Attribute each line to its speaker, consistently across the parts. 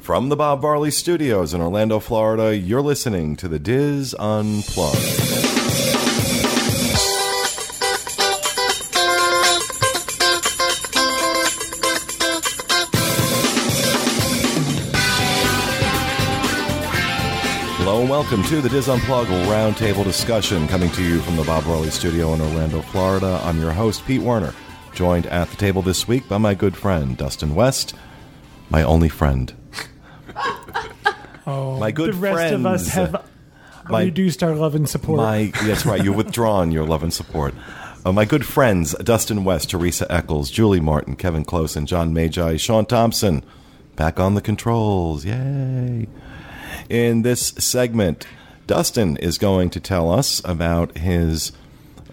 Speaker 1: From the Bob Varley Studios in Orlando, Florida, you're listening to the Diz Unplugged. Hello and welcome to the Diz Unplugged Roundtable Discussion, coming to you from the Bob Varley Studio in Orlando, Florida. I'm your host, Pete Werner, joined at the table this week by my good friend, Dustin West, my only friend.
Speaker 2: Oh,
Speaker 1: My good
Speaker 2: the rest of us
Speaker 1: friends.
Speaker 2: have
Speaker 1: My-
Speaker 2: reduced our love and support.
Speaker 1: My that's right. You've withdrawn your love and support. Uh, my good friends Dustin West, Teresa Eccles, Julie Martin, Kevin Close, and John Magi, Sean Thompson, back on the controls. Yay! In this segment, Dustin is going to tell us about his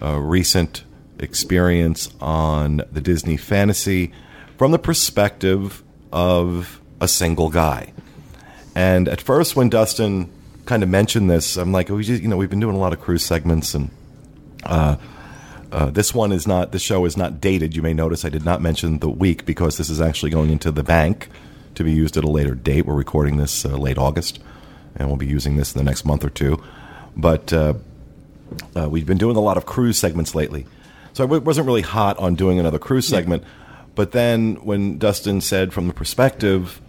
Speaker 1: uh, recent experience on the Disney fantasy from the perspective of a single guy. And at first, when Dustin kind of mentioned this, I'm like, we just, you know, we've been doing a lot of cruise segments, and uh, uh, this one is not. This show is not dated. You may notice I did not mention the week because this is actually going into the bank to be used at a later date. We're recording this uh, late August, and we'll be using this in the next month or two. But uh, uh, we've been doing a lot of cruise segments lately, so I w- wasn't really hot on doing another cruise segment. But then when Dustin said, from the perspective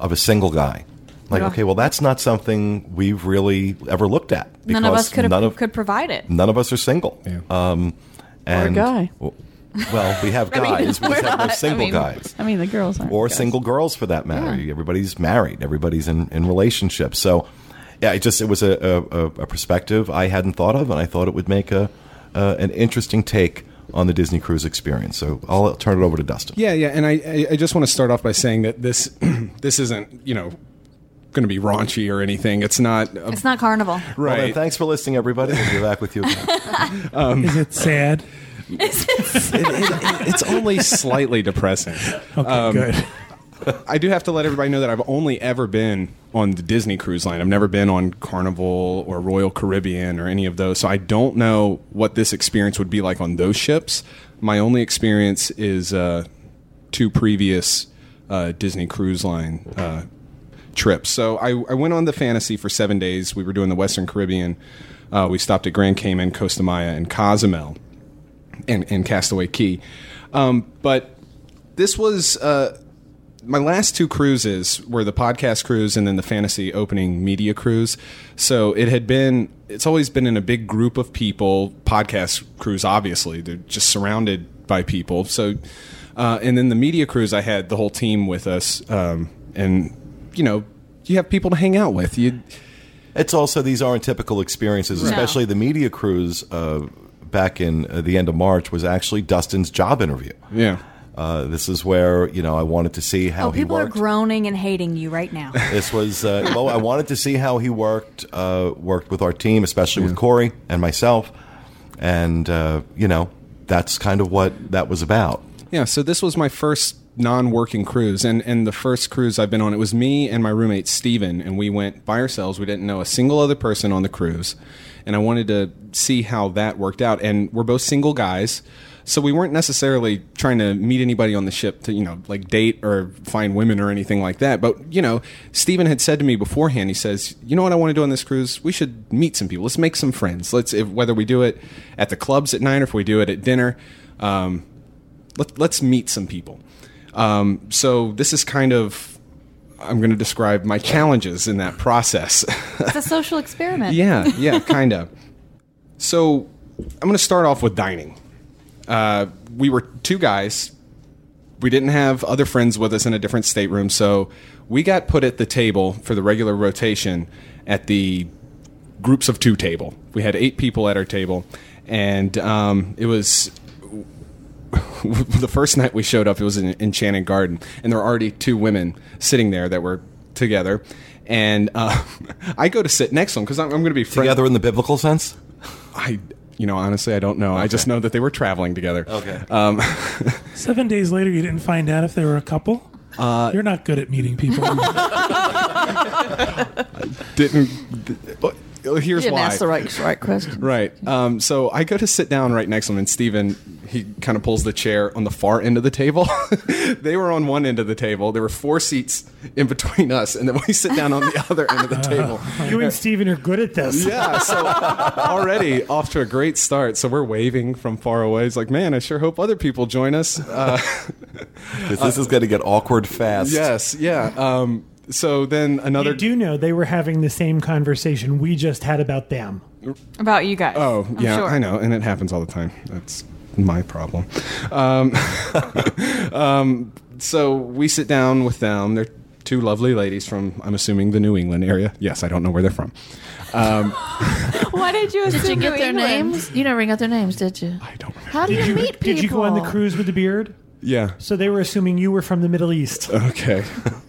Speaker 1: of a single guy, like,
Speaker 3: Yeah.
Speaker 1: okay, well, that's not something we've really ever looked at.
Speaker 3: none of
Speaker 1: because
Speaker 3: us could
Speaker 1: none of-
Speaker 3: could provide it.
Speaker 1: none of us are single. Um, and
Speaker 4: guy.
Speaker 1: w- Well, we have
Speaker 3: I mean,
Speaker 1: guys. we
Speaker 3: we're
Speaker 1: just have no
Speaker 3: not- I
Speaker 1: single
Speaker 3: mean-
Speaker 1: guys
Speaker 4: I mean, the girls aren't.
Speaker 1: or
Speaker 4: guys.
Speaker 1: single girls for that matter. Everybody's married. Everybody's in in relationships. So, yeah, it just it was a, a, a a perspective I hadn't thought of, and I thought it would make a uh, an interesting take on the Disney cruise experience. So I'll turn it over to Dustin.
Speaker 5: Yeah, yeah, and I, I, I just want to start off by saying that this this isn't you know going to be raunchy or anything. It's not a,
Speaker 3: It's not carnival.
Speaker 1: Well, then,
Speaker 5: right.
Speaker 1: thanks for listening, everybody. We'll be back with you. Again.
Speaker 2: Is it sad?
Speaker 5: It- it- it's only slightly depressing.
Speaker 2: Okay, good.
Speaker 5: I do have to let everybody know that I've only ever been on the Disney cruise line. I've never been on Carnival or Royal Caribbean or any of those. So I don't know what this experience would be like on those ships. My only experience is uh, two previous uh, Disney cruise line uh, trips. So I, I went on the Fantasy for seven days. We were doing the Western Caribbean. Uh, we stopped at Grand Cayman, Costa Maya, and Cozumel and, and Castaway Key. Um, but this was uh, my last two cruises were the podcast cruise and then the fantasy opening media cruise. So it had been, it's always been in a big group of people. Podcast cruise, obviously, they're just surrounded by people. So, uh, and then the media cruise, I had the whole team with us. Um, and, you know, you have people to hang out with. You,
Speaker 1: It's also these aren't typical experiences, especially the media cruise uh, back in uh, the end of March was actually Dustin's job interview.
Speaker 5: yeah.
Speaker 1: Uh, this is where you know I wanted to see how
Speaker 3: Oh,
Speaker 1: he
Speaker 3: people are
Speaker 1: worked.
Speaker 3: groaning and hating you right now.
Speaker 1: This was uh, well, I wanted to see how he worked uh, worked with our team, especially with Corey and myself, and uh, you know that's kind of what that was about.
Speaker 5: Yeah, so this was my first non-working cruise and and the first cruise I've been on it was me and my roommate Steven and we went by ourselves. We didn't know a single other person on the cruise. And I wanted to see how that worked out and we're both single guys. So we weren't necessarily trying to meet anybody on the ship to, you know, like date or find women or anything like that. But, you know, Steven had said to me beforehand, he says, "You know what I want to do on this cruise? We should meet some people. Let's make some friends. Let's if, whether we do it at the clubs at night or if we do it at dinner, um, let, let's meet some people. Um, so this is kind of I'm going to describe my challenges in that process.
Speaker 3: It's a social experiment.
Speaker 5: yeah, yeah, kind of. So I'm going to start off with dining. Uh, we were two guys. We didn't have other friends with us in a different stateroom, so we got put at the table for the regular rotation at the groups of two table. We had eight people at our table, and um, it was the first night we showed up, it was an enchanted garden, and there were already two women sitting there that were together. And uh, I go to sit next to them because I'm, I'm going to be friends.
Speaker 1: Together in the biblical sense,
Speaker 5: I, you know, honestly, I don't know. I just know that they were traveling together.
Speaker 1: Okay.
Speaker 5: Um,
Speaker 2: Seven days later, you didn't find out if they were a couple. You're not good at meeting people.
Speaker 5: didn't. but Here's
Speaker 4: You didn't
Speaker 5: why.
Speaker 4: ask the right, right question.
Speaker 5: Right. Um, so I go to sit down right next to him, and Steven, he kind of pulls the chair on the far end of the table. they were on one end of the table. There were four seats in between us, and then we sit down on the other end of the table.
Speaker 4: You and Steven are good at this.
Speaker 5: Yeah, so already off to a great start. So we're waving from far away. It's like, man, I sure hope other people join us. Uh,
Speaker 1: 'Cause this is going to get awkward fast.
Speaker 5: yes, yeah. Um, so then another.
Speaker 4: You do know they were having the same conversation we just had about them.
Speaker 3: About you guys.
Speaker 5: Oh,
Speaker 3: I'm
Speaker 5: yeah,
Speaker 3: sure.
Speaker 5: I know, and it happens all the time. That's my problem. Um, um, so we sit down with them. They're two lovely ladies from, I'm assuming, the New England area. Yes, I don't know where they're from. Um,
Speaker 3: Why did you assume
Speaker 6: Did you get
Speaker 3: New
Speaker 6: their
Speaker 3: England?
Speaker 6: names? You never got their names, did you?
Speaker 5: I don't remember.
Speaker 6: How do you,
Speaker 4: Did
Speaker 6: meet people?
Speaker 4: did you go on the cruise with the beard?
Speaker 5: Yeah.
Speaker 4: So they were assuming you were from the Middle East.
Speaker 5: Okay.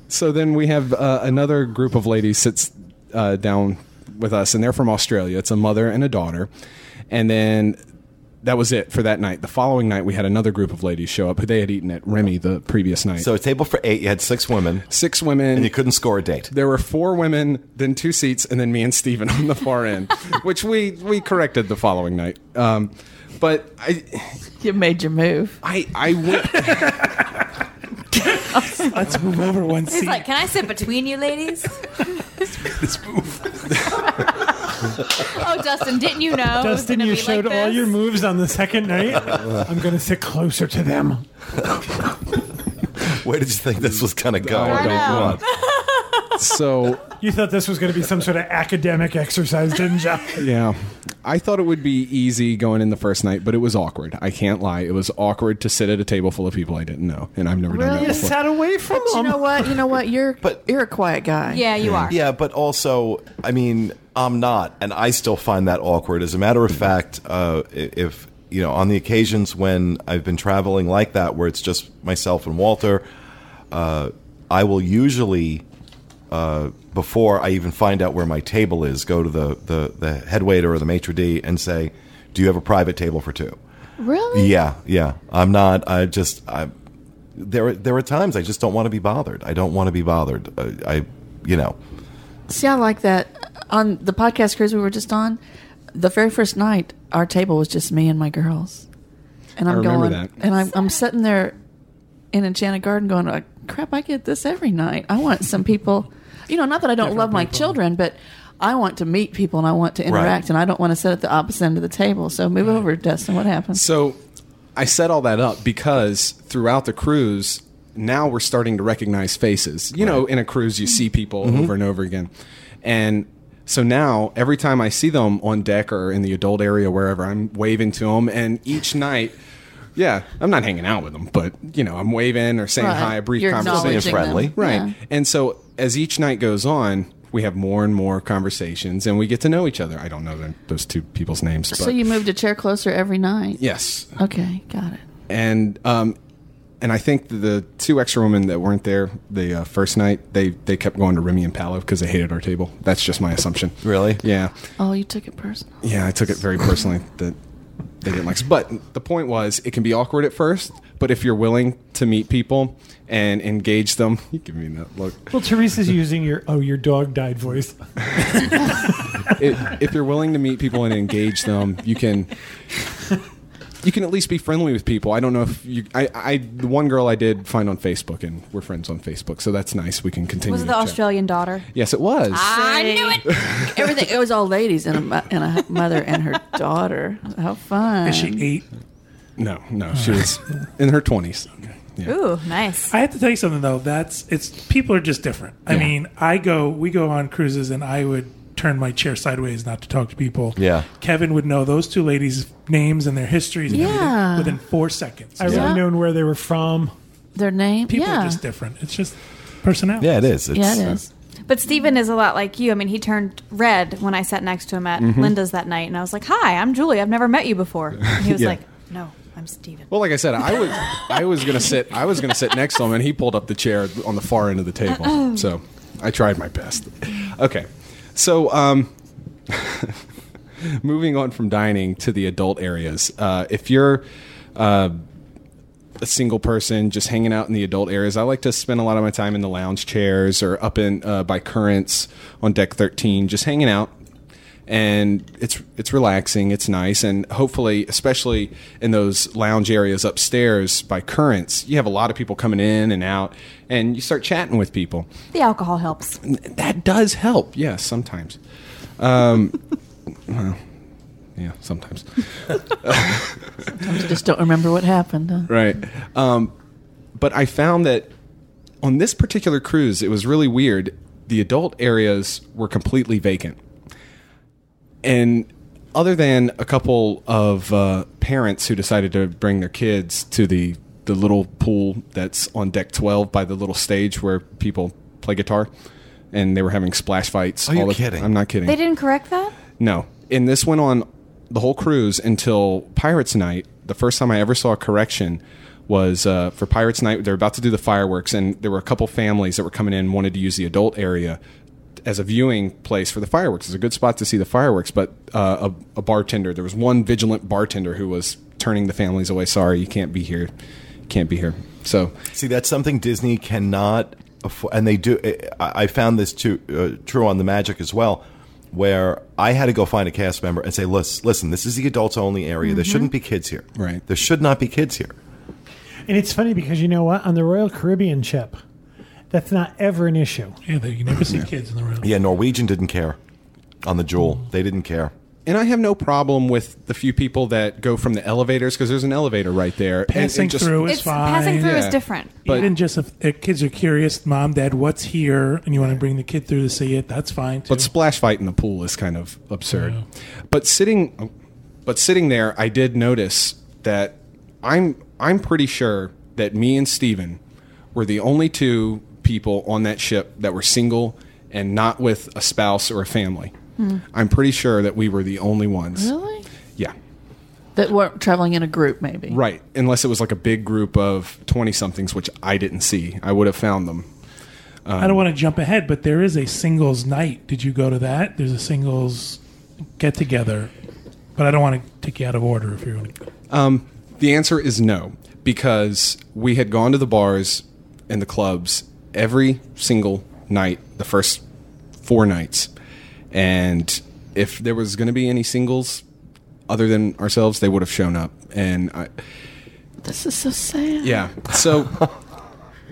Speaker 5: so then we have uh, another group of ladies sits uh, down with us, and they're from Australia. It's a mother and a daughter, and then that was it for that night. The following night, we had another group of ladies show up who they had eaten at Remy the previous night.
Speaker 1: So a table for eight. You had six women,
Speaker 5: six women.
Speaker 1: and you couldn't score a date.
Speaker 5: there were four women, then two seats, and then me and Steven on the far end, which we, we corrected the following night. Um, but I,
Speaker 6: You made your move.
Speaker 5: I, I went.
Speaker 2: Let's move over one
Speaker 3: He's
Speaker 2: seat.
Speaker 3: like, can I sit between you ladies? oh, Dustin, didn't you know? it was
Speaker 4: Dustin,
Speaker 3: gonna
Speaker 4: you
Speaker 3: be
Speaker 4: showed
Speaker 3: like
Speaker 4: all
Speaker 3: this?
Speaker 4: your moves on the second night. I'm going to sit closer to them.
Speaker 1: Where did you think this was going to go?
Speaker 5: I
Speaker 3: don't
Speaker 5: so
Speaker 4: You thought this was going to be some sort of academic exercise, didn't you?
Speaker 5: Yeah. I thought it would be easy going in the first night, but it was awkward. I can't lie. It was awkward to sit at a table full of people I didn't know, and I've never done
Speaker 6: Really?
Speaker 4: You
Speaker 5: that before.
Speaker 4: sat away from
Speaker 6: But you
Speaker 4: them.
Speaker 6: know what? You know what? You're
Speaker 1: But-
Speaker 6: you're a quiet guy.
Speaker 3: Yeah, you are.
Speaker 1: Yeah, but also, I mean, I'm not, and I still find that awkward. As a matter of fact, uh, i- if you know, on the occasions when I've been traveling like that, where it's just myself and Walter, uh, I will usually, uh, before I even find out where my table is, go to the the, the head waiter or the maitre d and say, "Do you have a private table for two?
Speaker 6: Really?
Speaker 1: Yeah, yeah. I'm not. I just. I. There, are- there are times I just don't want to be bothered. I don't want to be bothered. Uh, I, I you know.
Speaker 6: See, I like that. On the podcast cruise we were just on, the very first night, our table was just me and my girls, and I'm
Speaker 5: remember
Speaker 6: going,
Speaker 5: that.
Speaker 6: and I'm, I'm sitting there in Enchanted Garden, going, like, "Crap, I get this every night. I want some people, you know, not that I don't love my children, but." I want to meet people and I want to interact and I don't want to sit at the opposite end of the table. So move over, Dustin. What happens?
Speaker 5: So I set all that up because throughout the cruise, now we're starting to recognize faces. You know, in a cruise, you see people over and over again. And so now every time I see them on deck or in the adult area, wherever, I'm waving to them. And each night, yeah, I'm not hanging out with them, but, you know, I'm waving or saying hi, a brief
Speaker 6: You're
Speaker 5: conversation.
Speaker 6: acknowledging
Speaker 1: friendly.
Speaker 6: them.
Speaker 5: Right.
Speaker 6: Yeah.
Speaker 5: And so as each night goes on, we have more and more conversations and we get to know each other. I don't know them- those two people's names, but
Speaker 6: So you moved a chair closer every night.
Speaker 5: yes.
Speaker 6: Okay, got it.
Speaker 5: And um and I think the two extra women that weren't there the uh, first night, they they kept going to Remy and Palo because they hated our table. That's just my assumption.
Speaker 1: Really?
Speaker 5: Yeah.
Speaker 6: Oh, you took it personal.
Speaker 5: Yeah, I took it very personally that they didn't like us. But the point was, it can be awkward at first, but if you're willing to meet people and engage them, you give me that look.
Speaker 4: Well, Teresa's using your oh, your dog died voice.
Speaker 5: if, if you're willing to meet people and engage them, you can you can at least be friendly with people. I don't know if you I, I the one girl I did find on Facebook and we're friends on Facebook, so that's nice. We can continue.
Speaker 3: Was it
Speaker 5: to
Speaker 3: the
Speaker 5: chat.
Speaker 3: Australian Ah. daughter?
Speaker 5: Yes, it was.
Speaker 3: I knew it.
Speaker 6: Everything. It was all ladies and a, mo- and a mother and her daughter. How fun!
Speaker 2: Is she eight?
Speaker 5: No, no, she was in her twenties. Yeah.
Speaker 3: Ooh, nice.
Speaker 2: I have to tell you something though. That's it's people are just different. I
Speaker 5: Yeah.
Speaker 2: mean, I go we go on cruises and I would turn my chair sideways not to talk to people.
Speaker 1: Yeah.
Speaker 2: Kevin would know those two ladies' names and their histories and everything
Speaker 6: Yeah.
Speaker 2: within four seconds.
Speaker 4: I would
Speaker 6: Yeah.
Speaker 4: have known where they were from.
Speaker 6: Their name.
Speaker 2: people
Speaker 6: yeah.
Speaker 2: are just different. It's just personality.
Speaker 1: Yeah, it is. It's,
Speaker 6: yeah, it is.
Speaker 3: But Steven is a lot like you. I mean, he turned red when I sat next to him at Linda's that night, and I was like, "Hi, I'm Julie. I've never met you before." And he was
Speaker 5: Yeah.
Speaker 3: like, "No, I'm Steven.
Speaker 5: Well, like I said, I was I was gonna sit I was gonna sit next to him, and he pulled up the chair on the far end of the table. So I tried my best. Okay, so um, moving on from dining to the adult areas. Uh, if you're uh, a single person just hanging out in the adult areas, I like to spend a lot of my time in the lounge chairs or up in uh, by currents on deck thirteen, just hanging out. and it's it's relaxing, it's nice, and hopefully, especially in those lounge areas upstairs by currents, you have a lot of people coming in and out, and you start chatting with people.
Speaker 3: The alcohol helps.
Speaker 5: That does help, yes, sometimes. Um, well, yeah, sometimes.
Speaker 6: You just don't remember what happened. huh?
Speaker 5: right. Um, but I found that on this particular cruise, it was really weird. The adult areas were completely vacant, and other than a couple of uh, parents who decided to bring their kids to the the little pool that's on deck twelve by the little stage where people play guitar, and they were having splash fights.
Speaker 1: Are you
Speaker 5: all the-
Speaker 1: kidding?
Speaker 5: I'm not kidding.
Speaker 3: They didn't correct that?
Speaker 5: No. And this went on the whole cruise until Pirates Night. The first time I ever saw a correction was uh, for Pirates Night. They were about to do the fireworks, and there were a couple families that were coming in and wanted to use the adult area as a viewing place for the fireworks. It's a good spot to see the fireworks, but uh, a, a bartender, there was one vigilant bartender who was turning the families away. Sorry, you can't be here. You can't be here. So
Speaker 1: See, that's something Disney cannot afford, and they do. eh, I I found this too uh, true on the Magic as well, where I had to go find a cast member and say, "Listen, listen, this is the adults only area. There shouldn't be kids here.
Speaker 5: Right.
Speaker 1: There should not be kids here.
Speaker 4: And it's funny because you know what? On the Royal Caribbean ship, that's not ever an issue.
Speaker 2: Yeah, they, you never see kids in the room.
Speaker 1: Yeah, Norwegian didn't care on the Jewel. They didn't care.
Speaker 5: and I have no problem with the few people that go from the elevators because there's an elevator right there. and- and
Speaker 2: Passing
Speaker 5: just-
Speaker 2: through is
Speaker 3: It's
Speaker 2: fine.
Speaker 3: passing through
Speaker 5: Yeah.
Speaker 3: is different.
Speaker 5: but-
Speaker 2: Even just if, if kids are curious, mom, dad, what's here, and you want to bring the kid through to see it, that's fine too.
Speaker 5: But splash fight in the pool is kind of absurd. But sitting, but sitting there, I did notice that I'm I'm pretty sure that me and Steven were the only two people on that ship that were single and not with a spouse or a family. I'm pretty sure that we were the only ones.
Speaker 6: Really?
Speaker 5: Yeah.
Speaker 6: That weren't traveling in a group, maybe.
Speaker 5: Right. Unless it was like a big group of 20 somethings, which I didn't see. I would have found them.
Speaker 2: I don't want to jump ahead, but there is a singles night. Did you go to that? There's a singles get together, but I don't want to take you out of order if you're going to.
Speaker 5: The answer is no, because we had gone to the bars and the clubs every single night, the first four nights. And if there was going to be any singles other than ourselves, they would have shown up. And I,
Speaker 6: This is so sad.
Speaker 5: yeah, so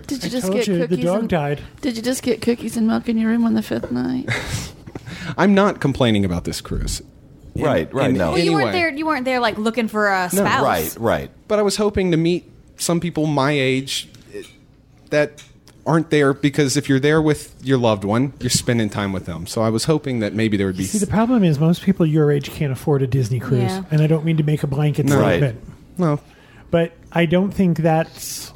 Speaker 6: Did you
Speaker 4: I
Speaker 6: just
Speaker 4: told
Speaker 6: get
Speaker 4: you
Speaker 6: cookies?
Speaker 4: the dog
Speaker 6: and,
Speaker 4: died.
Speaker 6: Did you just get cookies and milk in your room on the fifth night?
Speaker 5: I'm not complaining about this cruise. In-
Speaker 1: Right, right,
Speaker 5: in
Speaker 1: no.
Speaker 3: Well, you
Speaker 5: any
Speaker 3: weren't
Speaker 5: way.
Speaker 3: there. You weren't there like looking for a spouse.
Speaker 1: Right, right.
Speaker 5: But I was hoping to meet some people my age eh, that aren't there because if you're there with your loved one, you're spending time with them. So I was hoping that maybe there would be
Speaker 4: See, the problem is most people your age can't afford a Disney cruise,
Speaker 3: Yeah.
Speaker 4: and I don't mean to make a blanket
Speaker 1: Right.
Speaker 4: statement,
Speaker 5: no
Speaker 4: but I don't think that's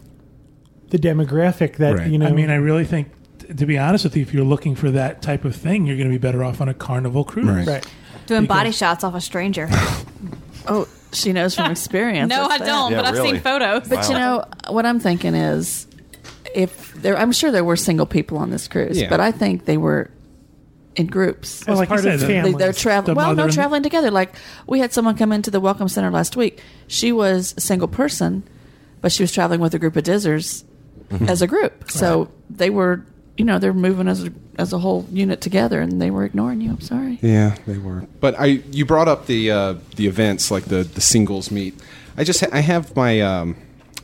Speaker 4: the demographic that
Speaker 5: Right.
Speaker 4: you know.
Speaker 2: I mean, I really think, t- to be honest with you, if you're looking for that type of thing, you're going to be better off on a carnival cruise.
Speaker 5: Right.
Speaker 4: right?
Speaker 3: Doing body shots off a stranger.
Speaker 6: oh, she knows from experience.
Speaker 3: no, I
Speaker 6: That's that.
Speaker 3: don't.
Speaker 1: Yeah,
Speaker 3: but I've
Speaker 1: really.
Speaker 3: seen photos.
Speaker 6: But you know Oh, what I'm thinking is, if there, I'm sure there were single people on this cruise,
Speaker 5: Yeah.
Speaker 6: but I think they were in groups.
Speaker 4: As
Speaker 2: like you
Speaker 4: part of
Speaker 2: said,
Speaker 4: the
Speaker 2: the-
Speaker 6: They,
Speaker 4: family.
Speaker 6: they're
Speaker 2: The
Speaker 6: traveling. Well,
Speaker 2: mother
Speaker 6: no,
Speaker 2: and-
Speaker 6: traveling together. Like we had someone come into the Welcome Center last week. She was a single person, but she was traveling with a group of dizzers
Speaker 5: Mm-hmm.
Speaker 6: as a group. So they were, you know, they're moving as a, as a whole unit together, and they were ignoring you. I'm sorry.
Speaker 5: Yeah, they were. But I, you brought up the uh, the events like the the singles meet. I just ha- I have my um,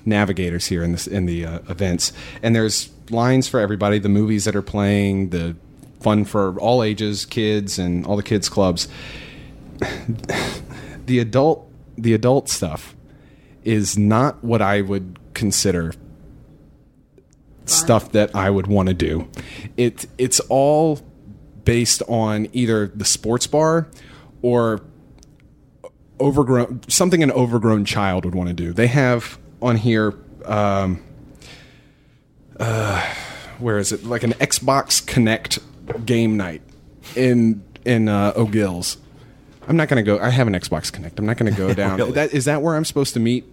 Speaker 5: navigators here in this in the uh, events, and there's lines for everybody. The movies that are playing, the fun for all ages, kids, and all the kids clubs. the adult the adult stuff is not what I would consider stuff that I would want to do. It it's all based on either the sports bar or overgrown something an overgrown child would want to do. They have on here um, uh, where is it like an Xbox Connect game night in in uh, O'Gills. I'm not going to go. I have an Xbox Connect. I'm not going to go down.
Speaker 1: Really?
Speaker 5: That is that where I'm supposed to meet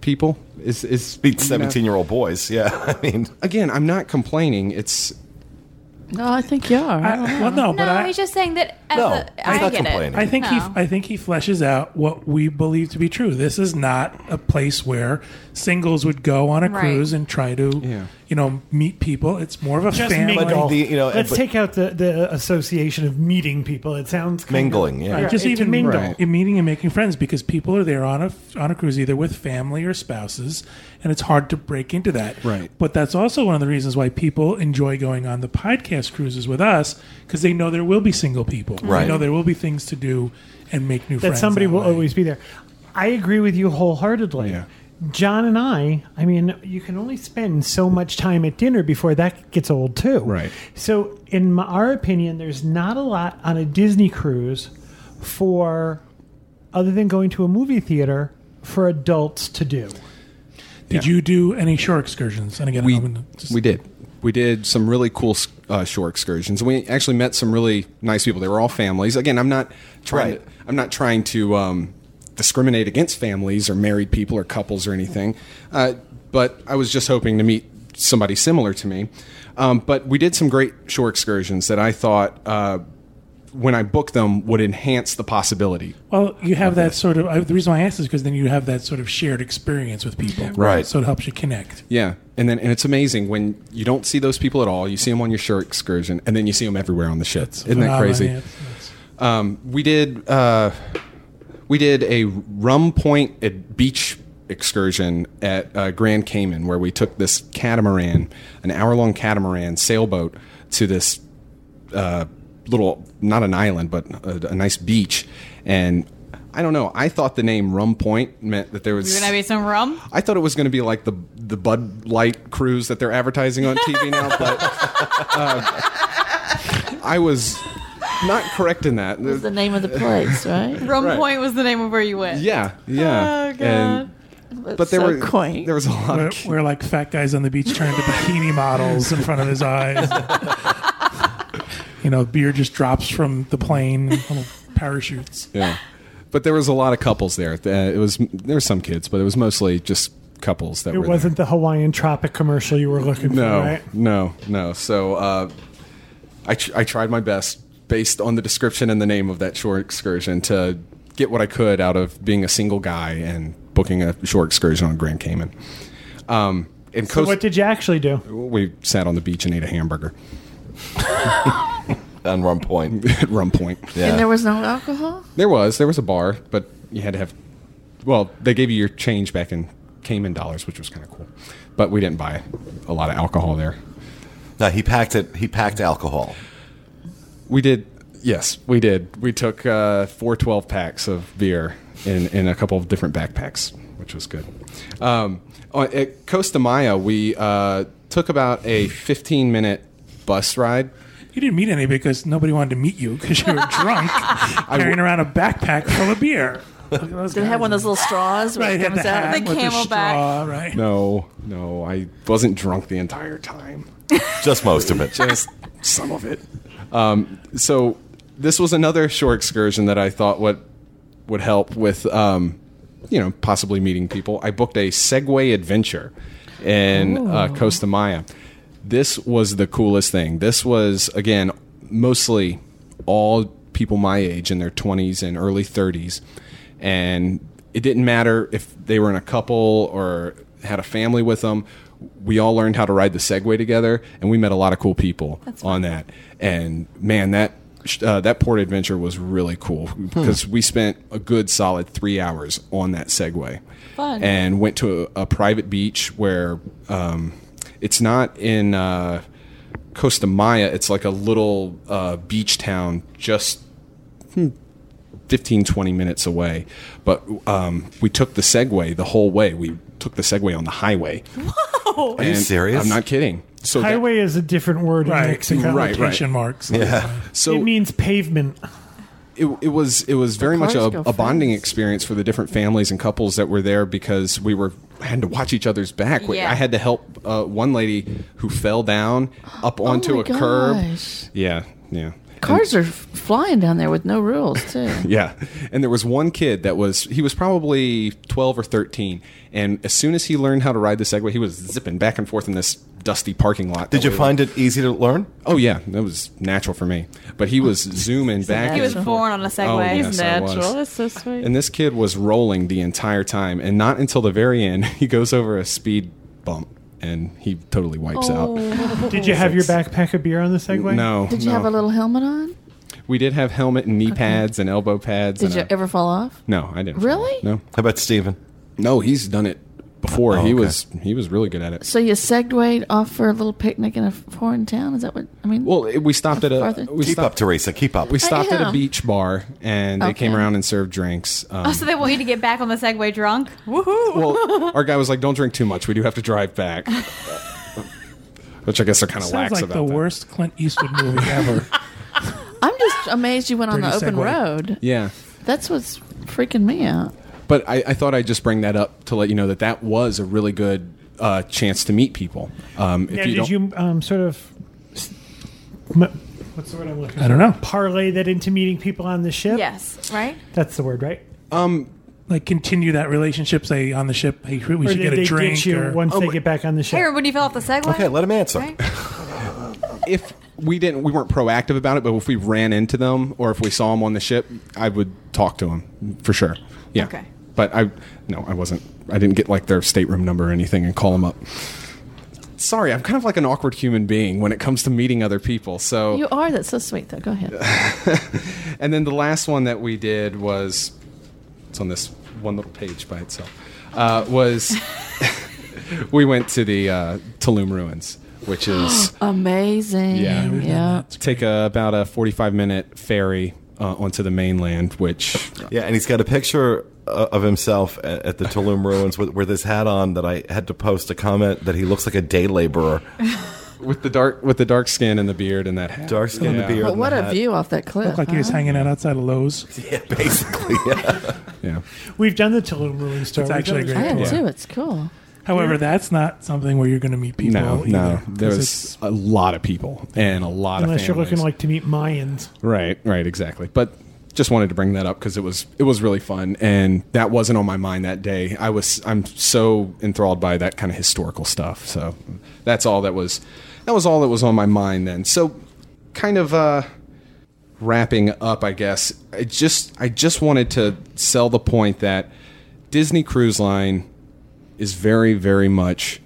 Speaker 5: people? Is is
Speaker 1: Beat seventeen year old boys. Yeah, I mean,
Speaker 5: again, I'm not complaining. It's
Speaker 6: No, I think you are.
Speaker 2: I,
Speaker 6: I don't know.
Speaker 2: well, no,
Speaker 3: Oh, No,
Speaker 2: but I,
Speaker 3: he's just saying that. As
Speaker 1: No,
Speaker 3: a,
Speaker 1: he's
Speaker 3: I
Speaker 1: not
Speaker 3: get
Speaker 1: complaining.
Speaker 3: It.
Speaker 2: I think he
Speaker 3: No.
Speaker 2: I think he fleshes out what we believe to be true. This is not a place where singles would go on a
Speaker 3: Right.
Speaker 2: cruise and try to you know meet people. It's more of a
Speaker 4: Just
Speaker 2: family.
Speaker 4: mingle.
Speaker 1: the- you know,
Speaker 4: Let's
Speaker 1: but-
Speaker 4: take out the, the association of meeting people. It sounds kind of-
Speaker 1: Mingling, yeah.
Speaker 4: Right, it's
Speaker 2: just even
Speaker 4: mingle.
Speaker 2: mingle, in meeting and making friends because people are there on a on a cruise either with family or spouses, and it's hard to break into that.
Speaker 5: Right.
Speaker 2: But that's also one of the reasons why people enjoy going on the podcast cruises with us because they know there will be single people.
Speaker 1: Right.
Speaker 2: They know there will be things to do and make new
Speaker 4: that
Speaker 2: friends.
Speaker 4: somebody will
Speaker 2: way.
Speaker 4: always be there. I agree with you wholeheartedly.
Speaker 5: Yeah.
Speaker 4: John and I, I mean, you can only spend so much time at dinner before that gets old too.
Speaker 5: Right.
Speaker 4: So, in my, our opinion, there's not a lot on a Disney cruise for other than going to a movie theater for adults to do.
Speaker 2: Did
Speaker 5: Yeah.
Speaker 2: you do any shore excursions? And again,
Speaker 5: we,
Speaker 2: I'm gonna just-
Speaker 5: we did. We did some really cool uh, shore excursions. We actually met some really nice people. They were all families. Again, I'm not trying.
Speaker 1: Right.
Speaker 5: To, I'm not trying to um, discriminate against families or married people or couples or anything. Uh, but I was just hoping to meet somebody similar to me. Um, but we did some great shore excursions that I thought, uh, when I booked them, would enhance the possibility.
Speaker 2: well, you have that sort of. I, the reason why I asked is because then you have that sort of shared experience with people,
Speaker 1: Right.
Speaker 2: So it helps you connect.
Speaker 5: Yeah, and then and it's amazing when you don't see those people at all. You see them on your shore excursion, and then you see them everywhere on the ship. Isn't that
Speaker 2: Phenomenon,
Speaker 5: crazy?
Speaker 2: yeah, it's- it's-
Speaker 5: Um, we did uh, we did a Rum Point at beach excursion at uh, Grand Cayman where we took this catamaran, an hour long catamaran sailboat to this uh, little not an island but a, a nice beach, and I don't know. I thought the name Rum Point meant that there was
Speaker 3: You're gonna be some rum.
Speaker 5: I thought it was going to be like the the Bud Light cruise that they're advertising on TV now, but uh, I was not correct in that.
Speaker 6: That's the name of the place, right?
Speaker 3: Rum
Speaker 5: Right.
Speaker 3: Point was the name of where you went.
Speaker 5: Yeah, yeah.
Speaker 3: Oh, God.
Speaker 5: And- but
Speaker 6: That's
Speaker 5: there
Speaker 6: so
Speaker 5: were
Speaker 6: quaint.
Speaker 5: there was a lot
Speaker 2: We're,
Speaker 5: of
Speaker 2: we're like fat guys on the beach turning to bikini models in front of his eyes. you know, beer just drops from the plane, little parachutes.
Speaker 5: yeah, but there was a lot of couples there. Uh, It was there were some kids, but it was mostly just couples that
Speaker 4: It
Speaker 5: were
Speaker 4: wasn't the Hawaiian Tropic commercial you were looking
Speaker 5: There. No,
Speaker 4: for, right?
Speaker 5: no, no. So uh, I tr- I tried my best based on the description and the name of that shore excursion to get what I could out of being a single guy and booking a shore excursion on Grand Cayman. Um, and
Speaker 4: So
Speaker 5: coast-
Speaker 4: what did you actually do?
Speaker 5: we sat on the beach and ate a hamburger
Speaker 1: on Rum Point.
Speaker 5: at Rum Point.
Speaker 1: Yeah.
Speaker 6: And there was no alcohol?
Speaker 5: There was there was a bar, but you had to have. Well, they gave you your change back in Cayman dollars, which was kind of cool, but we didn't buy a lot of alcohol there.
Speaker 1: no, he packed it. He packed alcohol.
Speaker 5: We did, yes, we did. We took uh, four 12 packs of beer in in a couple of different backpacks, which was good. Um, on, at Costa Maya, we uh, took about a 15 minute bus ride.
Speaker 2: You didn't meet any because nobody wanted to meet you because you were drunk, carrying around a backpack full of beer. Did
Speaker 6: Did it have one of those little straws where
Speaker 2: Right,
Speaker 6: it
Speaker 2: had
Speaker 6: comes
Speaker 2: the
Speaker 6: out?
Speaker 2: hat
Speaker 3: The
Speaker 2: with the
Speaker 3: camelback.
Speaker 2: straw, right?
Speaker 5: No, no, I wasn't drunk the entire time.
Speaker 1: Just most of it.
Speaker 5: just some of it. Um, so this was another shore excursion that I thought would would help with um, you know possibly meeting people. I booked a Segway adventure in uh, Costa Maya. This was the coolest thing. This was again mostly all people my age in their 20s and early 30s and it didn't matter if they were in a couple or had a family with them. We all learned how to ride the Segway together, and we met a lot of cool people on that. And man, that uh, that port adventure was really cool because we spent a good solid three hours on that Segway,
Speaker 3: Fun.
Speaker 5: and went to a, a private beach where um, it's not in. Uh, Costa Maya, it's like a little uh, beach town just hmm, 15, 20 minutes away. But um, we took the Segway the whole way. We took the Segway on the highway.
Speaker 1: Are you serious?
Speaker 5: I'm not kidding. So that-
Speaker 4: Highway is a different word in
Speaker 2: Right,
Speaker 4: Mexico.
Speaker 5: Right, right.
Speaker 2: quotation marks.
Speaker 1: Yeah.
Speaker 5: so
Speaker 4: It means pavement.
Speaker 5: it, it was it was very much a,
Speaker 6: cars go
Speaker 5: a bonding
Speaker 6: fast.
Speaker 5: experience for the different families and couples that were there because we were had to watch each other's back. We-
Speaker 3: Yeah.
Speaker 5: I had to help uh, one lady who fell down up onto
Speaker 6: Oh my
Speaker 5: a curb.
Speaker 6: gosh.
Speaker 5: Yeah, yeah.
Speaker 6: Cars are f- flying down there with no rules, too.
Speaker 5: Yeah. And there was one kid that was, he was probably 12 or 13. And as soon as he learned how to ride the Segway, he was zipping back and forth in this dusty parking lot.
Speaker 1: Did
Speaker 5: that
Speaker 1: you
Speaker 5: we were-
Speaker 1: find it easy to learn?
Speaker 5: Oh, yeah. That was natural for me. But he was zooming
Speaker 3: He
Speaker 5: back. and
Speaker 3: was
Speaker 5: forth.
Speaker 3: born on a Segway.
Speaker 5: Oh, yes, I was.
Speaker 7: Natural. That's so sweet.
Speaker 5: And this kid was rolling the entire time. And not until the very end, he goes over a speed bump and he totally wipes out.
Speaker 4: Did you have your backpack of beer on the Segway?
Speaker 5: No.
Speaker 6: Oh. Did you
Speaker 5: no.
Speaker 6: have a little helmet on?
Speaker 5: We did have helmet and knee pads and elbow pads.
Speaker 6: Did
Speaker 5: and
Speaker 6: you
Speaker 5: a-
Speaker 6: ever fall off?
Speaker 5: No, I didn't.
Speaker 6: Really?
Speaker 5: No.
Speaker 1: How about Steven?
Speaker 5: No, he's done it before.
Speaker 1: Oh,
Speaker 5: He
Speaker 1: okay.
Speaker 5: was he was really good at it.
Speaker 6: So you segwayed off for a little picnic in a foreign town? Is that what I mean?
Speaker 5: Well, it- we stopped at a
Speaker 6: Farther.
Speaker 5: we
Speaker 1: Keep up,
Speaker 5: stopped,
Speaker 1: Teresa. Keep up.
Speaker 5: we stopped at a
Speaker 6: am.
Speaker 5: beach bar and they came
Speaker 6: Okay.
Speaker 5: around and served drinks. Um,
Speaker 3: Oh, so they want you to get back on the Segway drunk? Woohoo!
Speaker 5: well, our guy was like, "Don't drink too much. We do have to drive back." Which I guess they're kind of
Speaker 2: Sounds
Speaker 5: lax
Speaker 2: like
Speaker 5: about.
Speaker 2: the
Speaker 5: that.
Speaker 2: worst Clint Eastwood movie ever.
Speaker 6: I'm just amazed you went on the
Speaker 2: Dirty
Speaker 6: open
Speaker 2: Segway.
Speaker 6: road.
Speaker 5: Yeah.
Speaker 6: That's what's freaking me out.
Speaker 5: But I, I thought I'd just bring that up to let you know that that was a really good uh, chance to meet people. Um, if
Speaker 4: Now,
Speaker 5: you
Speaker 4: did
Speaker 5: don't,
Speaker 4: you um, sort of s- m- what's the word I'm looking?
Speaker 2: I don't know.
Speaker 4: Parlay that into meeting people on the ship.
Speaker 3: yes, right?
Speaker 4: that's the word, right?
Speaker 2: Like continue that relationship. Say on the ship, hey, we
Speaker 4: Or
Speaker 2: should
Speaker 4: did
Speaker 2: get
Speaker 4: they
Speaker 2: a drink.
Speaker 4: get you
Speaker 2: or-
Speaker 5: Oh
Speaker 4: once they get back on the ship?
Speaker 3: Here, when you fell off the Segway?
Speaker 1: Okay, let him answer.
Speaker 3: Right?
Speaker 5: if we didn't, we weren't proactive about it. But if we ran into them or if we saw them on the ship, I would talk to them for sure. Yeah.
Speaker 3: Okay.
Speaker 5: But I, no, I wasn't. I didn't get like their stateroom number or anything and call them up. Sorry, I'm kind of like an awkward human being when it comes to meeting other people. So
Speaker 6: You are. That's so sweet, though. Go ahead.
Speaker 5: And then the last one that we did was it's on this one little page by itself. Uh, was we went to the uh, Tulum ruins, which is
Speaker 6: Amazing.
Speaker 5: Yeah. Never done
Speaker 6: yeah.
Speaker 5: take a, about a forty-five minute ferry uh, onto the mainland. Which
Speaker 1: Yeah, and he's got a picture uh, of himself at, at the Tulum ruins with, with his hat on that I had to post a comment that he looks like a day laborer.
Speaker 5: with the dark with the dark skin and the beard and that hat.
Speaker 1: Dark skin
Speaker 5: Yeah.
Speaker 1: and beard.
Speaker 6: But
Speaker 1: and
Speaker 6: what
Speaker 1: the
Speaker 6: a
Speaker 1: hat.
Speaker 6: view off that cliff.
Speaker 2: Looked like he was
Speaker 6: huh?
Speaker 2: hanging out outside of Lowe's.
Speaker 1: Yeah, basically. Yeah.
Speaker 5: Yeah.
Speaker 4: We've done the Tulum ruins story. We've
Speaker 2: It's actually
Speaker 4: done
Speaker 2: a
Speaker 6: I
Speaker 2: great
Speaker 6: am
Speaker 2: tour.
Speaker 6: too. It's cool.
Speaker 2: However, that's not something where you're going to meet people.
Speaker 5: No,
Speaker 2: either,
Speaker 5: no.
Speaker 2: 'cause
Speaker 5: There
Speaker 2: it's-
Speaker 5: was a lot of people and a lot of
Speaker 4: Unless you're
Speaker 5: families.
Speaker 4: looking like to meet Mayans.
Speaker 5: Right, right, exactly. But just wanted to bring that up because it was it was really fun, and that wasn't on my mind that day. I was I'm so enthralled by that kind of historical stuff. So that's all that was that was all that was on my mind then. So kind of uh, wrapping up, I guess. I just I just wanted to sell the point that Disney Cruise Line is very very much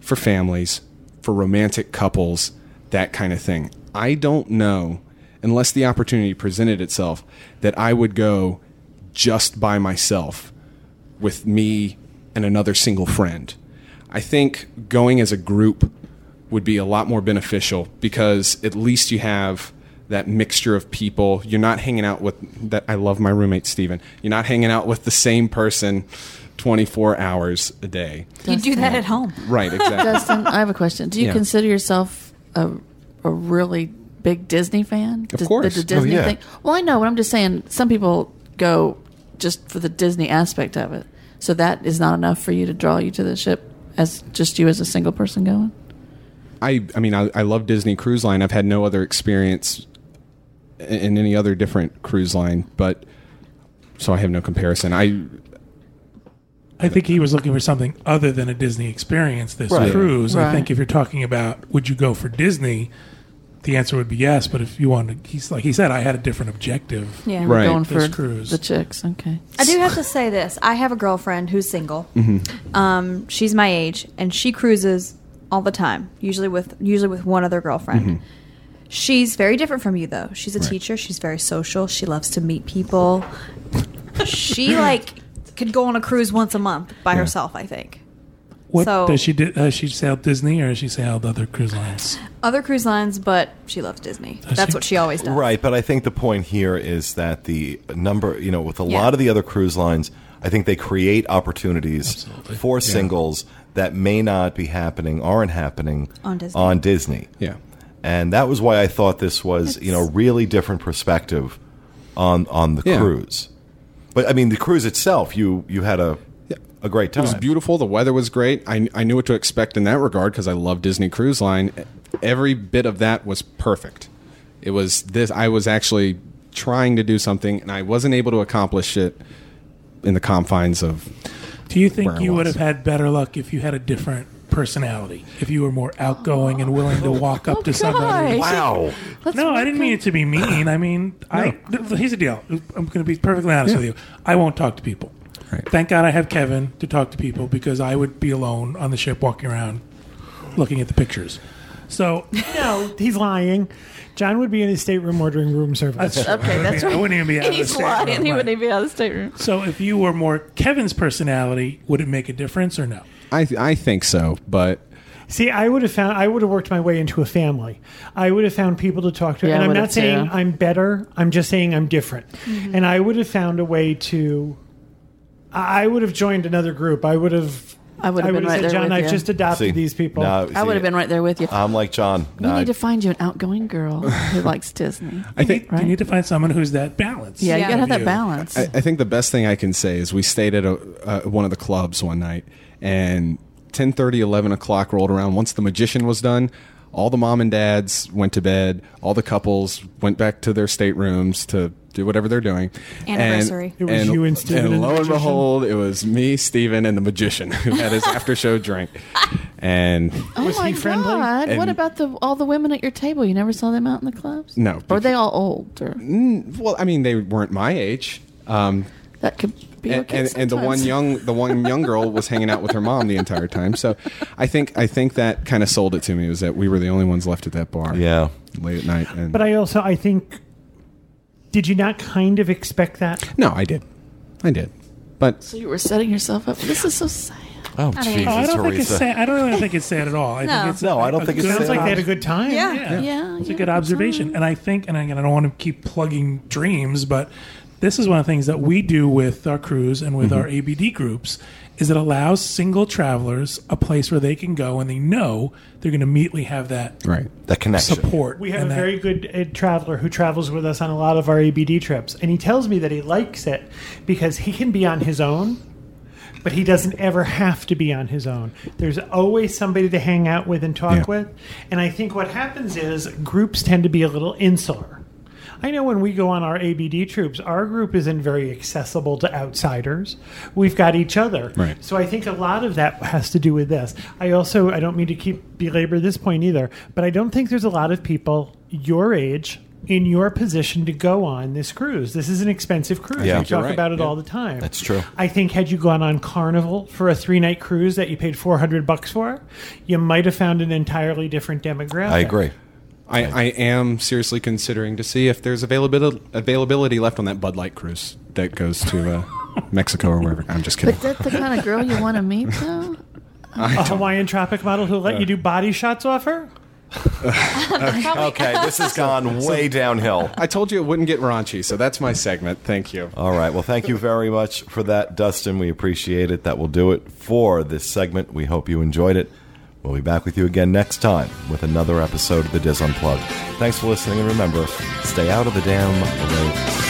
Speaker 5: for families, for romantic couples, that kind of thing. I don't know, unless the opportunity presented itself, that I would go just by myself with me and another single friend. I think going as a group would be a lot more beneficial because at least you have that mixture of people. You're not hanging out with that. I love my roommate, Steven. You're not hanging out with the same person 24 hours a day.
Speaker 3: You do that at home.
Speaker 5: Right, exactly.
Speaker 6: Dustin, I have a question. Do you
Speaker 5: Yeah.
Speaker 6: consider yourself a, a really big Disney fan? Of
Speaker 5: course.
Speaker 6: The, Disney
Speaker 1: Oh, yeah.
Speaker 6: thing? Well, I know, but I'm just saying some people go just for the Disney aspect of it. So that is not enough for you to draw you to the ship as just you as a single person going?
Speaker 5: I, I mean, I, I love Disney Cruise Line. I've had no other experience in, in any other different cruise line, but so I have no comparison. I,
Speaker 2: I think he was looking for something other than a Disney experience this
Speaker 1: Right.
Speaker 2: cruise. I
Speaker 6: Right.
Speaker 2: think if you're talking about would you go for Disney, the answer would be yes. But if you want to, he's like he said, I had a different objective.
Speaker 3: Yeah.
Speaker 5: Right.
Speaker 6: Going
Speaker 2: This
Speaker 6: for
Speaker 2: cruise.
Speaker 6: the chicks. Okay.
Speaker 3: I do have to say this. I have a girlfriend who's single.
Speaker 1: Mm-hmm.
Speaker 3: Um, she's my age, and she cruises all the time. Usually with usually with one other girlfriend.
Speaker 1: Mm-hmm.
Speaker 3: She's very different from you, though. She's a teacher. She's very social. She loves to meet people. she like could go on a cruise once a month by herself. I think
Speaker 2: What
Speaker 3: So-
Speaker 2: does she did? Uh, she sailed Disney or has she sailed other cruise lines?
Speaker 3: other cruise lines, but she loves Disney.
Speaker 2: Does
Speaker 3: That's
Speaker 2: she?
Speaker 3: what she always does.
Speaker 1: Right, but I think the point here is that the number, you know, with a
Speaker 3: Yeah.
Speaker 1: lot of the other cruise lines, I think they create opportunities for singles that may not be happening, aren't happening
Speaker 3: On Disney.
Speaker 1: On Disney.
Speaker 5: yeah.
Speaker 1: And that was why I thought this was, you know, really different perspective on on the
Speaker 5: Yeah.
Speaker 1: cruise. But I mean, the cruise itself, you you had a a great time.
Speaker 5: It was beautiful. The weather was great. I, I knew what to expect in that regard because I love Disney Cruise Line. Every bit of that was perfect. It was this. I was actually trying to do something, and I wasn't able to accomplish it in the confines of.
Speaker 2: Do you think
Speaker 5: Where I
Speaker 2: you would
Speaker 5: was.
Speaker 2: have had better luck if you had a different personality? If you were more outgoing and willing to walk
Speaker 3: Oh,
Speaker 2: up to somebody?
Speaker 6: gosh.
Speaker 1: Wow.
Speaker 6: Let's
Speaker 2: No, I
Speaker 6: work
Speaker 2: didn't mean
Speaker 6: on-
Speaker 2: it to be mean. I mean, I th- th- here's the deal. I'm going to be perfectly honest with you. I won't talk to people.
Speaker 5: Right.
Speaker 2: Thank God I have Kevin to talk to people because I would be alone on the ship walking around looking at the pictures. So
Speaker 4: No, he's lying. John would be in his stateroom ordering room service.
Speaker 6: Okay, that's
Speaker 2: I
Speaker 6: right.
Speaker 2: wouldn't even be out of the
Speaker 6: He's
Speaker 2: stateroom,
Speaker 6: lying. He
Speaker 2: right.
Speaker 6: wouldn't even be out of the stateroom.
Speaker 2: So if you were more Kevin's personality, would it make a difference or no?
Speaker 5: I I think so, but
Speaker 4: See, I would have found I would have worked my way into a family. I would have found people to talk to,
Speaker 6: Yeah,
Speaker 4: and
Speaker 6: I
Speaker 4: I'm
Speaker 6: would
Speaker 4: not
Speaker 6: have
Speaker 4: saying
Speaker 6: too.
Speaker 4: I'm better. I'm just saying I'm different,
Speaker 6: Mm-hmm.
Speaker 4: and I would have found a way to. I I would have joined another group. I would have.
Speaker 6: I would have been right
Speaker 4: said,
Speaker 6: there
Speaker 4: John,
Speaker 6: with
Speaker 4: I've
Speaker 6: you."
Speaker 4: just adopted
Speaker 1: See,
Speaker 4: these people.
Speaker 1: now-
Speaker 6: I
Speaker 1: see,
Speaker 6: would have been right there with you.
Speaker 1: I'm like John.
Speaker 6: we
Speaker 1: Now I-
Speaker 6: need to find you an outgoing girl who likes Disney.
Speaker 5: I think
Speaker 2: You need to find someone who's that balanced.
Speaker 6: Yeah, you
Speaker 3: Yeah.
Speaker 6: gotta have that
Speaker 2: You.
Speaker 6: balance.
Speaker 5: I, I think the best thing I can say is we stayed at a, uh, one of the clubs one night, and 10:30, 11 o'clock rolled around. Once the magician was done, all the mom and dads went to bed. All the couples went back to their staterooms to do whatever they're doing. And-
Speaker 3: Anniversary.
Speaker 4: It was you and Steven and the
Speaker 5: lo and
Speaker 4: magician?
Speaker 5: behold, it was me, Steven, and the magician who had his after-show drink. And
Speaker 6: oh
Speaker 4: Was
Speaker 6: my
Speaker 4: he friendly?
Speaker 6: god! what
Speaker 5: And-
Speaker 6: about the all the women at your table? You never saw them out in the clubs?
Speaker 5: No.
Speaker 6: Or are they all old? Or
Speaker 5: well, I mean, they weren't my age. Um,
Speaker 6: that could be
Speaker 5: and,
Speaker 6: okay.
Speaker 5: and, and the one
Speaker 6: sometimes.
Speaker 5: young the one young girl was hanging out with her mom the entire time. So I think I think that kind of sold it to me was that we were the only ones left at that bar.
Speaker 1: Yeah.
Speaker 5: late at night. And
Speaker 4: but I also I think. Did you not kind of expect that?
Speaker 5: no, I did, I did. But
Speaker 6: So you were setting yourself up. This is so sad.
Speaker 1: Oh,
Speaker 3: I
Speaker 1: Jesus,
Speaker 3: don't know.
Speaker 2: Oh, I don't think it's
Speaker 1: Teresa.
Speaker 2: sad. I don't really think it's sad at all. I
Speaker 3: No.
Speaker 2: think it's
Speaker 1: No, I don't
Speaker 2: a
Speaker 1: think it's
Speaker 2: good
Speaker 1: sad.
Speaker 4: Sounds like they had a
Speaker 2: obs-
Speaker 4: good time.
Speaker 3: Yeah.
Speaker 6: Yeah,
Speaker 2: Yeah. it's
Speaker 6: you
Speaker 2: a
Speaker 6: had a
Speaker 2: good
Speaker 6: good
Speaker 2: observation.
Speaker 6: time.
Speaker 2: And I think, and again, I don't want to keep plugging dreams, but this is one of the things that we do with our crews and with
Speaker 4: Mm-hmm.
Speaker 2: our ABD groups is it allows single travelers a place where they can go and they know they're going to immediately have that
Speaker 5: right,
Speaker 1: That connection.
Speaker 2: support.
Speaker 4: We have
Speaker 2: and
Speaker 4: a
Speaker 2: that-
Speaker 4: very good uh, traveler who travels with us on a lot of our ABD trips, and he tells me that he likes it because he can be on his own, but he doesn't ever have to be on his own. There's always somebody to hang out with and talk
Speaker 5: Yeah.
Speaker 4: with, and I think what happens is groups tend to be a little insular. I know when we go on our ABD troops, our group isn't very accessible to outsiders. We've got each other.
Speaker 5: Right.
Speaker 4: So I think a lot of that has to do with this. I also I don't mean to keep belabor this point either, but I don't think there's a lot of people your age in your position to go on this cruise. This is an expensive cruise.
Speaker 1: Yeah.
Speaker 4: we
Speaker 1: You're
Speaker 4: talk
Speaker 5: right.
Speaker 4: about it
Speaker 5: Yeah.
Speaker 4: all the time.
Speaker 1: That's true.
Speaker 4: I think had you gone on Carnival for a three night cruise that you paid four hundred bucks for, you might have found an entirely different demographic.
Speaker 1: I agree.
Speaker 5: I, I am seriously considering to see if there's availability availability left on that Bud Light cruise that goes to uh, Mexico or wherever. I'm just kidding.
Speaker 6: But that's the kind of girl you want to meet, though.
Speaker 4: A Hawaiian tropic model who let you do body shots off her?
Speaker 1: Okay, this has gone way downhill.
Speaker 5: I told you it wouldn't get raunchy, so that's my segment. Thank you.
Speaker 1: All right. Well, thank you very much for that, Dustin. We appreciate it. That will do it for this segment. We hope you enjoyed it. We'll be back with you again next time with another episode of the Diz Unplugged. Thanks for listening, and remember, stay out of the damn roads.